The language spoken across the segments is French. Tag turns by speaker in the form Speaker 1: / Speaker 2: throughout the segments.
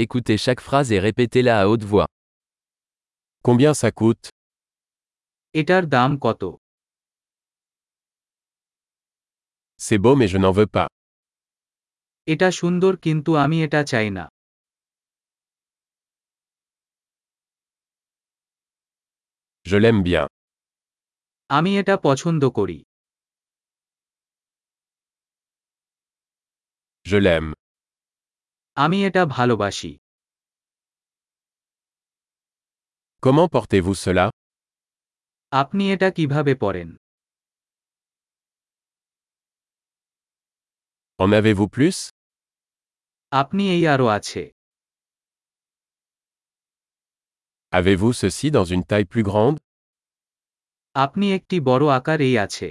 Speaker 1: Écoutez chaque phrase et répétez-la à haute voix.
Speaker 2: Combien ça coûte
Speaker 3: এটার দাম কত
Speaker 2: C'est beau mais je n'en veux pas.
Speaker 3: এটা সুন্দর কিন্তু আমি এটা চাই না
Speaker 2: Je l'aime bien.
Speaker 3: আমি এটা পছন্দ করি
Speaker 2: Je l'aime.
Speaker 3: আমি এটা ভালোবাসি
Speaker 2: Comment portez-vous cela
Speaker 3: আপনি এটা কিভাবে পরেন
Speaker 2: En avez-vous plus
Speaker 3: আপনি এই আরও আছে
Speaker 2: Avez-vous ceci dans une taille plus grande
Speaker 3: আপনি একটি বড় আকার এই আছে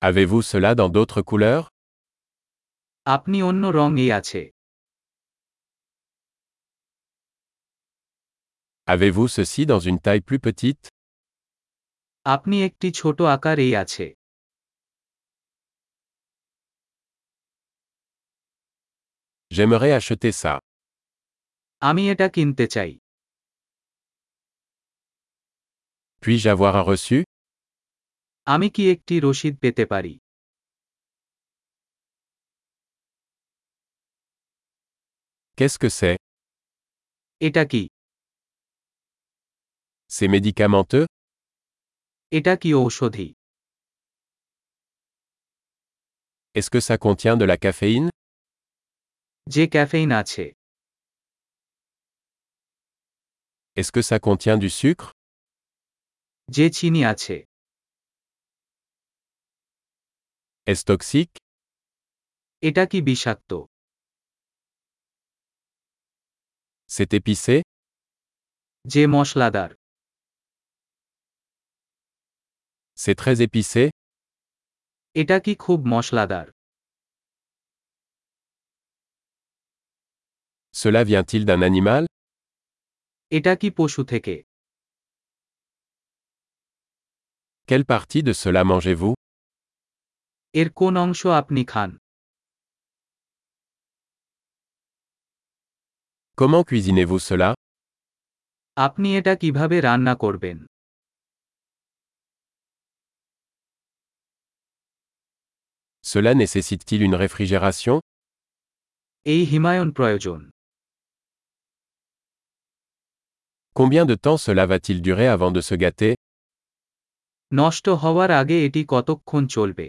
Speaker 2: Avez-vous cela dans d'autres couleurs
Speaker 3: আপনি অন্য রং এই আছে
Speaker 2: Avez-vous ceci dans une taille plus petite
Speaker 3: আপনি একটি ছোট আকার এই আছে
Speaker 2: J'aimerais acheter ça.
Speaker 3: আমি এটা কিনতে চাই
Speaker 2: Puis-je avoir un reçu
Speaker 3: আমি কি একটি রসিদ পেতে পারি
Speaker 2: Qu'est-ce que c'est
Speaker 3: এটা কি
Speaker 2: C'est médicamenteux
Speaker 3: এটা কি ঔষধি
Speaker 2: Est-ce que ça contient de la caféine
Speaker 3: যে ক্যাফেইন আছে
Speaker 2: Est-ce que ça contient du sucre
Speaker 3: যে চিনি আছে
Speaker 2: Est-ce toxique
Speaker 3: এটা কি বিষাক্ত
Speaker 2: C'est épicé
Speaker 3: যে মশলাদার
Speaker 2: C'est très épicé
Speaker 3: এটা কি খুব মশলাদার
Speaker 2: Cela vient-il d'un animal
Speaker 3: এটা কি পশু থেকে
Speaker 2: Quelle partie de cela mangez-vous
Speaker 3: এর কোন অংশ আপনি খান
Speaker 2: Comment cuisinez-vous cela
Speaker 3: আপনি এটা কিভাবে রান্না করবেন
Speaker 2: Cela nécessite-t-il une réfrigération
Speaker 3: এই হিমায়ন প্রয়োজন
Speaker 2: Combien de temps cela va-t-il durer avant de se gâter
Speaker 3: নষ্ট হওয়ার আগে এটি কতক্ষণ চলবে